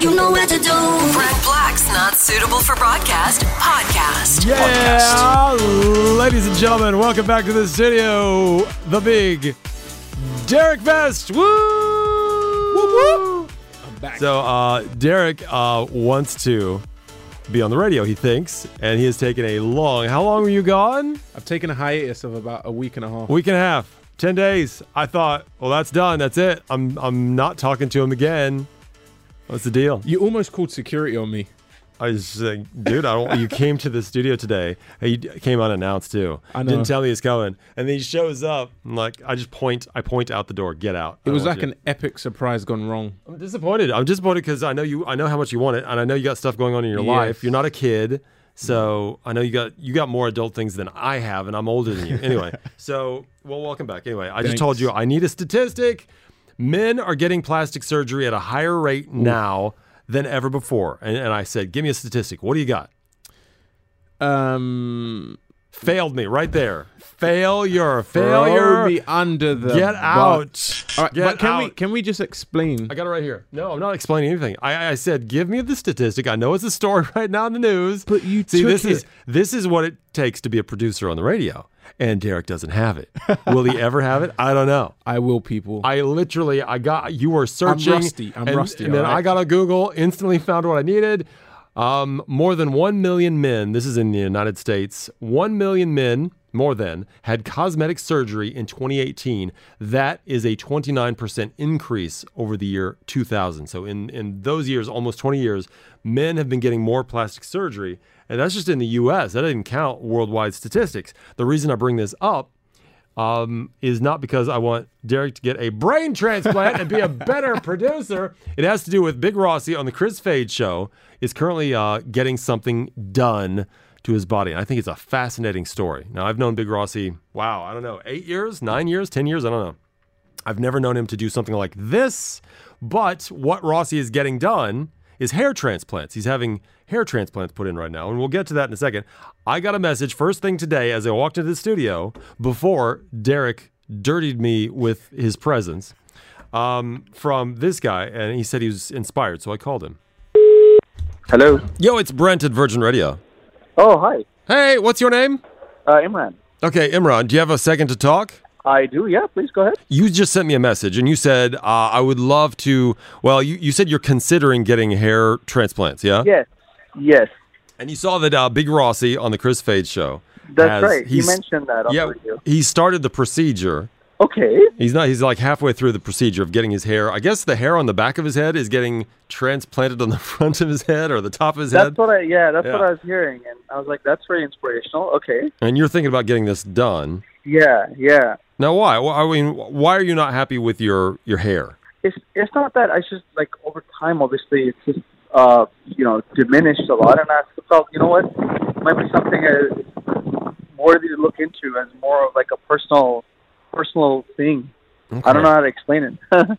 You know what to do. Brett Black's Not Suitable for Broadcast podcast. Yeah, ladies and gentlemen, welcome back to the studio. The big Derek Vest. Woo! Woo! back. So uh, Derek uh, wants to be on the radio. He thinks, and he has taken a long. How long were you gone? I've taken a hiatus of about a week and a half. Week and a half, ten days. I thought, well, that's done. That's it. I'm I'm not talking to him again. What's the deal? You almost called security on me. I was just like, dude, I don't. you came to the studio today. Hey, You d- came unannounced too. I know. Didn't tell me he's coming, and then he shows up. I'm like, I just point. I point out the door. Get out. It Oh, was like an epic surprise gone wrong. I'm disappointed. I'm disappointed because I know you. I know how much you want it, and I know you got stuff going on in your Yes. life. You're not a kid, so I know you got you got more adult things than I have, and I'm older than you. Anyway, so well, welcome back. Anyway, I just told you Thanks. I need a statistic. Men are getting plastic surgery at a higher rate now than ever before, and, and I said, give me a statistic. What do you got? Um, Failed me right there. Failure. throw Failure. me under the Get bu- out. All right, Get but can out. we can we just explain? I got it right here. No, I'm not explaining anything. I, I said, give me the statistic. I know it's a story right now in the news. But you see, took this is it. this is what it takes to be a producer on the radio, and Derek doesn't have it. Will he ever have it? I don't know. I will, people. I literally, I got you were searching. rusty. I'm and, rusty, And then all right? I got on Google, instantly found what I needed. Um, more than one million men. This is in the United States. One million men, more than, had cosmetic surgery in 2018. That is a 29% increase over the year 2000. So in in those years, almost 20 years, men have been getting more plastic surgery, and that's just in the U.S. That didn't count worldwide statistics. The reason I bring this up um, is not because I want Derek to get a brain transplant and be a better producer. It has to do with Big Rossi on the Chris Fade show is currently uh, getting something done to his body. And I think it's a fascinating story. Now, I've known Big Rossi, wow, I don't know, eight years, nine years, 10 years, I don't know. I've never known him to do something like this, but what Rossi is getting done is hair transplants. He's having hair transplants put in right now, and we'll get to that in a second. I got a message first thing today as I walked into the studio before Derek dirtied me with his presence um, from this guy, and he said he was inspired, so I called him. Hello. Yo, it's Brent at Virgin Radio. Oh, hi. Hey, what's your name? Uh, Imran. Okay, Imran, do you have a second to talk? I do. Yeah, please go ahead. you just sent me a message and you said uh, i would love to well you, you said you're considering getting hair transplants yeah, Yes. Yes. and you saw that uh, big rossi on the chris fade show That's has- right. You he's- mentioned that on yeah the video. he started the procedure Okay. he's not he's like halfway through the procedure of getting his hair i guess the hair on the back of his head is getting transplanted on the front of his head or the top of his That's head what I. Yeah, that's what Yeah. I was hearing, and I was like, that's very inspirational. Okay. and you're thinking about getting this done Yeah. Yeah. now why Wh- i mean why are you not happy with your your hair It's it's not that I just like over time. Obviously, it's just uh you know diminished a lot, and I felt you know what might be something uh, worthy to look into as more of like a personal personal thing. I don't know how to explain it.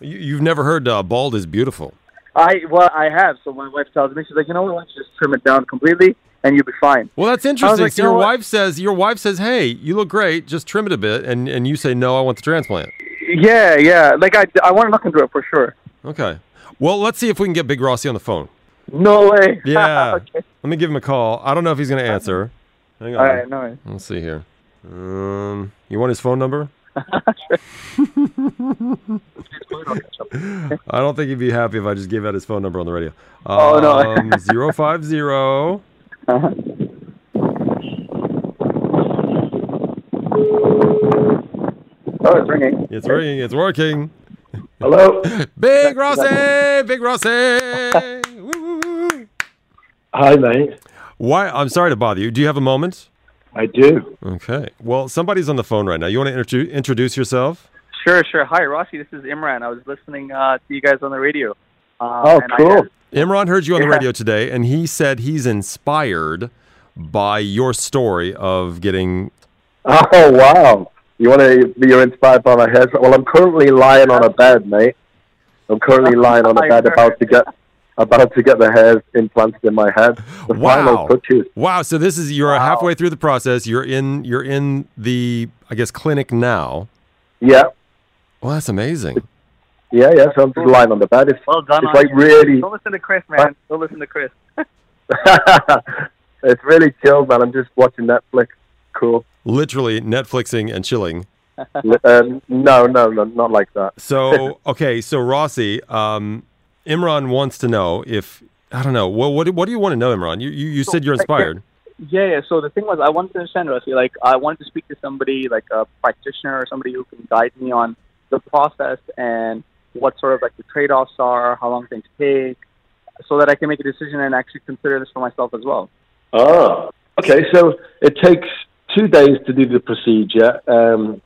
you, you've never heard uh, bald is beautiful I well, I have. So my wife tells me she's like, you know what? Let's just trim it down completely, and you'll be fine. Well, that's interesting. like, so you your know what? wife says, your wife says, "Hey, you look great. Just trim it a bit," and and you say, "No, I want the transplant." Yeah, yeah. Like I, I want to look into it for sure. Okay. Well, let's see if we can get Big Rossi on the phone. No way. Yeah. okay. Let me give him a call. I don't know if he's going to answer. Hang All on. right. No. worries. Let's see here. Um, you want his phone number? I don't think he'd be happy if I just gave out his phone number on the radio. Oh, no. um, zero five zero. Uh-huh. Oh, it's ringing. It's ringing. It's working. Hello. Big Rossi. Big Rossi. Woo-hoo-hoo. Hi, mate. Why? I'm sorry to bother you. Do you have a moment? I do. Okay. Well, somebody's on the phone right now. You want to introduce introduce yourself? Sure, sure. Hi, Rossi. This is Imran. I was listening uh, to you guys on the radio. Uh, Oh, and I cool. had- Imran heard you on the Yeah. radio today, and he said he's inspired by your story of getting. Oh, wow. You want to be you're inspired by my hair? Well, I'm currently lying on a bed, mate. I'm currently lying on a I bed heard. about to get about to get the hairs implanted in my head. The Wow! final touches. Wow! So this is you're halfway through the process. You're in you're in the I guess clinic now. Yeah. Well, that's amazing. Yeah, yeah. So I'm just lying on the bed. It's, Well done. it's on like you. really, Don't listen to Chris, man. Don't listen to Chris. it's really chilled, man. I'm just watching Netflix. Cool. Literally Netflixing and chilling. um, no, no, no, not like that. So okay, so Rossi, um, Imran wants to know if I don't know. Well, what do- what do you want to know, Imran? You you, you said you're inspired. Yeah, yeah. So the thing was, I wanted to understand, Rusty. Like, I wanted to speak to somebody, like a practitioner or somebody who can guide me on the process and what sort of like the trade-offs are, how long things take, so that I can make a decision and actually consider this for myself as well. Ah, okay. So it takes two days to do the procedure. Um,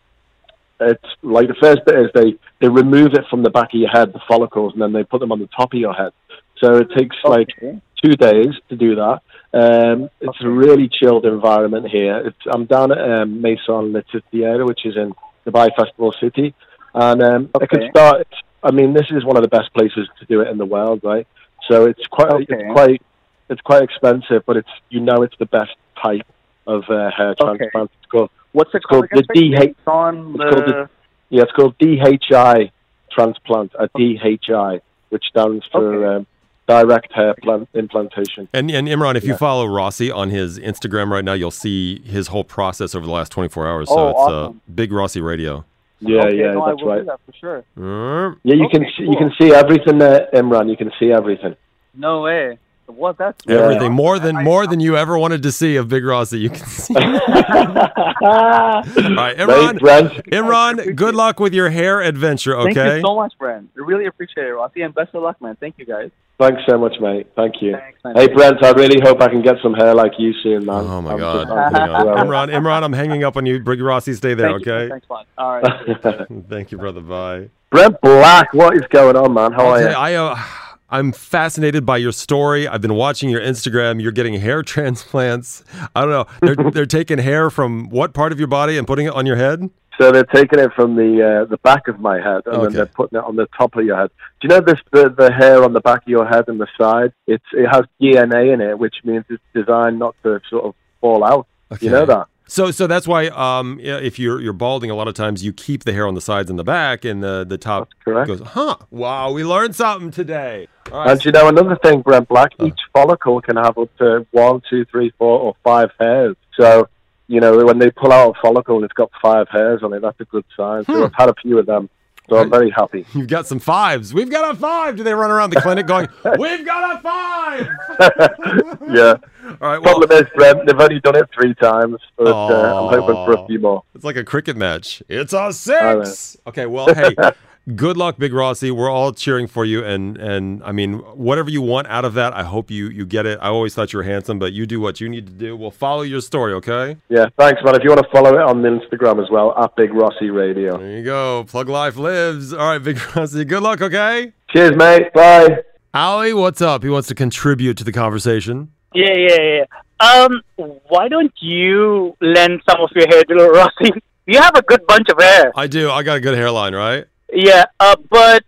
it's like the first bit is they, they remove it from the back of your head, the follicles, and then they put them on the top of your head. So it takes like Okay. two days to do that. Um, it's a really chilled environment here. It's, I'm down at um, Maison Le Titière, which is in Dubai Festival City, and um, I Okay. could start. I mean, this is one of the best places to do it in the world, right? So it's quite, Okay. it's quite, it's quite expensive, but it's you know, it's the best type of uh, hair Okay. transplant. It's called, What's it It's called called? again, the sorry? DH It's on it's called the. yeah, it's called DHI transplant, a DHI, which stands for Okay. um, direct hair plant implantation. And and Imran, if you follow Rossi on his Instagram right now, you'll see his whole process over the last 24 hours. So Oh, it's awesome. uh, big Rossi radio. Yeah, okay, yeah, no, I that's will right. do that for sure. Mm. Yeah, you Okay, can see, you can cool. see everything there, Imran. You can see everything. No way. What? That's Yeah. Everything more than I- more than you ever wanted to see of Big Rossi. You can see. All Ah, right, Right, Imran. Brent? Imran, good luck with your hair adventure. Okay. Thank you so much, Brent. I really appreciate it, Rossi, and best of luck, man. Thank you, guys. Thanks so much, mate. Thank you. Thanks, man. Hey, Brent, I really hope I can get some hair like you soon, man. Oh my I'm God! just- Hang I'm just- on. Imran, Imran, I'm hanging up on you. Big Rossi, stay there, Thank you. okay? Thanks, man. All right. Thank you, brother. Bye. Brent Black, what is going on, man? How I'll are tell you? you, I, uh, I'm fascinated by your story. I've been watching your Instagram. You're getting hair transplants. I don't know. They're they're taking hair from what part of your body and putting it on your head? So they're taking it from the uh, the back of my head, and then Okay. they're putting it on the top of your head. Do you know this the, the hair on the back of your head and the side? It's it has DNA in it, which means it's designed not to sort of fall out. You know Okay. that? So so that's why um yeah, if you're you're balding, a lot of times you keep the hair on the sides and the back, and the the top correct. goes. Huh? Wow, we learned something today. All right. And do you know another thing, Brent Black? Uh. Each follicle can have up to one, two, three, four, or five hairs. So, you know, when they pull out a follicle and it's got five hairs on it, that's a good sign. Hmm. So I've had a few of them. So I'm very happy. You've got some fives. We've got a five. Do they run around the clinic going, "We've got a five? Hmm. Yeah. All right. Well, Problem is, Brent, they've only done it three times, but uh, I'm hoping for Aw. a few more. It's like a cricket match. It's a six. Okay, well, hey, good luck, Big Rossi. We're all cheering for you, and and I mean, whatever you want out of that, I hope you you get it. I always thought you were handsome, but you do what you need to do. We'll follow your story, okay? Yeah, thanks, man. If you want to follow it on Instagram as well, at Big Rossi Radio. There you go. Plug life lives. All right, Big Rossi. Good luck, okay? Cheers, mate. Bye. Ali, what's up? He wants to contribute to the conversation. Yeah, yeah, yeah. Um, why don't you lend some of your hair to Rossi? You have a good bunch of hair. I do. I got a good hairline, right? Yeah, uh, but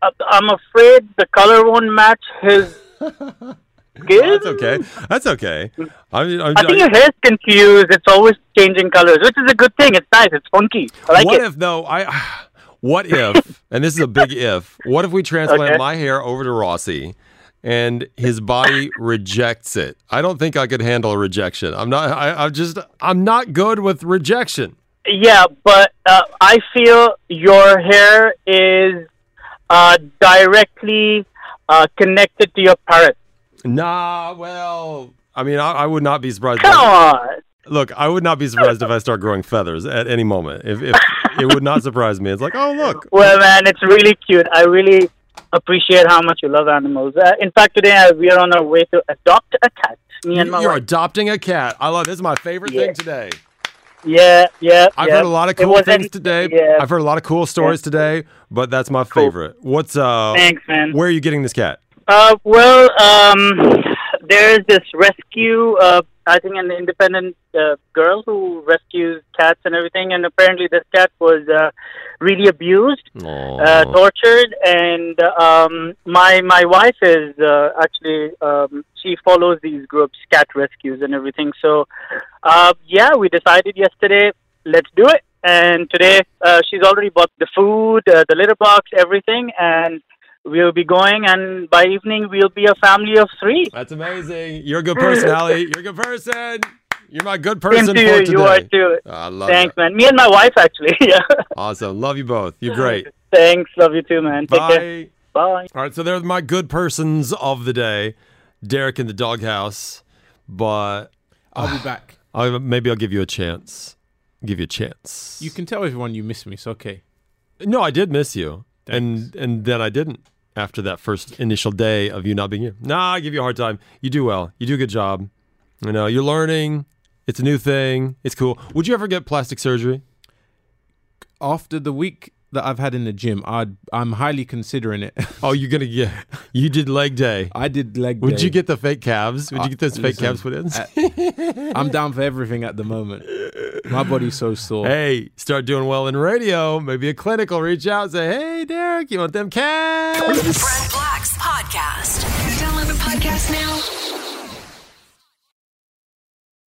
uh, I'm afraid the color won't match his skin. That's okay. That's okay. I'm, I'm, I think your hair's confused. It's always changing colors, which is a good thing. It's nice. It's funky. I like what it. if though I what if and this is a big if what if we transplant Okay. my hair over to Rossi and his body rejects it I don't think I could handle rejection I'm not I, I'm just I'm not good with rejection yeah, but uh, I feel your hair is uh, directly uh, connected to your parrot. nah well I mean I, I would not be surprised Come by, on. look I would not be surprised if I start growing feathers at any moment if, if it would not surprise me it's like oh look Well, man, it's really cute. I really appreciate how much you love animals. Uh, in fact, today uh, we are on our way to adopt a cat. Me and my you're wife. adopting a cat I love this is my favorite Yeah. thing today Yeah, yeah. I've yeah. heard a lot of It cool wasn't- things today. Yeah. I've heard a lot of cool stories today, but that's my favorite. What's uh Thanks, man. where are you getting this cat? Uh, well, um, there's this rescue. Uh, I think an independent uh, girl who rescues cats and everything. And apparently, this cat was uh, really abused. uh, tortured, and um, my my wife is uh, actually um, she follows these groups, cat rescues and everything. So, uh, yeah, we decided yesterday, let's do it. And today uh, she's already bought the food, uh, the litter box, everything, and we'll be going. And by evening, we'll be a family of three. That's amazing. You're a good person, Ali. You're a good person. You're my good Same person to for today. Ah, Oh, you. You are too. I love Thanks, it. man. Me and my wife, actually. yeah. Awesome. Love you both. You're great. Thanks. Love you too, man. Take care. Bye. Bye. All right, so they're my good persons of the day, Derek in the doghouse. But I'll be back. I, maybe I'll give you a chance. Give you a chance. You can tell everyone you miss me. It's okay. No, I did miss you, and and then I didn't after that first initial day of you not being here. Nah, I give you a hard time. You do well. You do a good job. You know, you're learning. It's a new thing. It's cool. Would you ever get plastic surgery? After the week that I've had in the gym, I'd, I'm highly considering it. Oh, you're gonna get. You did leg day. I did leg Would day. you get the fake calves? Would you Uh, get those fake listen, calves put in? I'm down for everything at the moment. My body's so sore. hey, start doing well in radio. Maybe a clinic will reach out and say, "Hey, Derek, you want them calves?" Brent Black's podcast. Download the podcast now.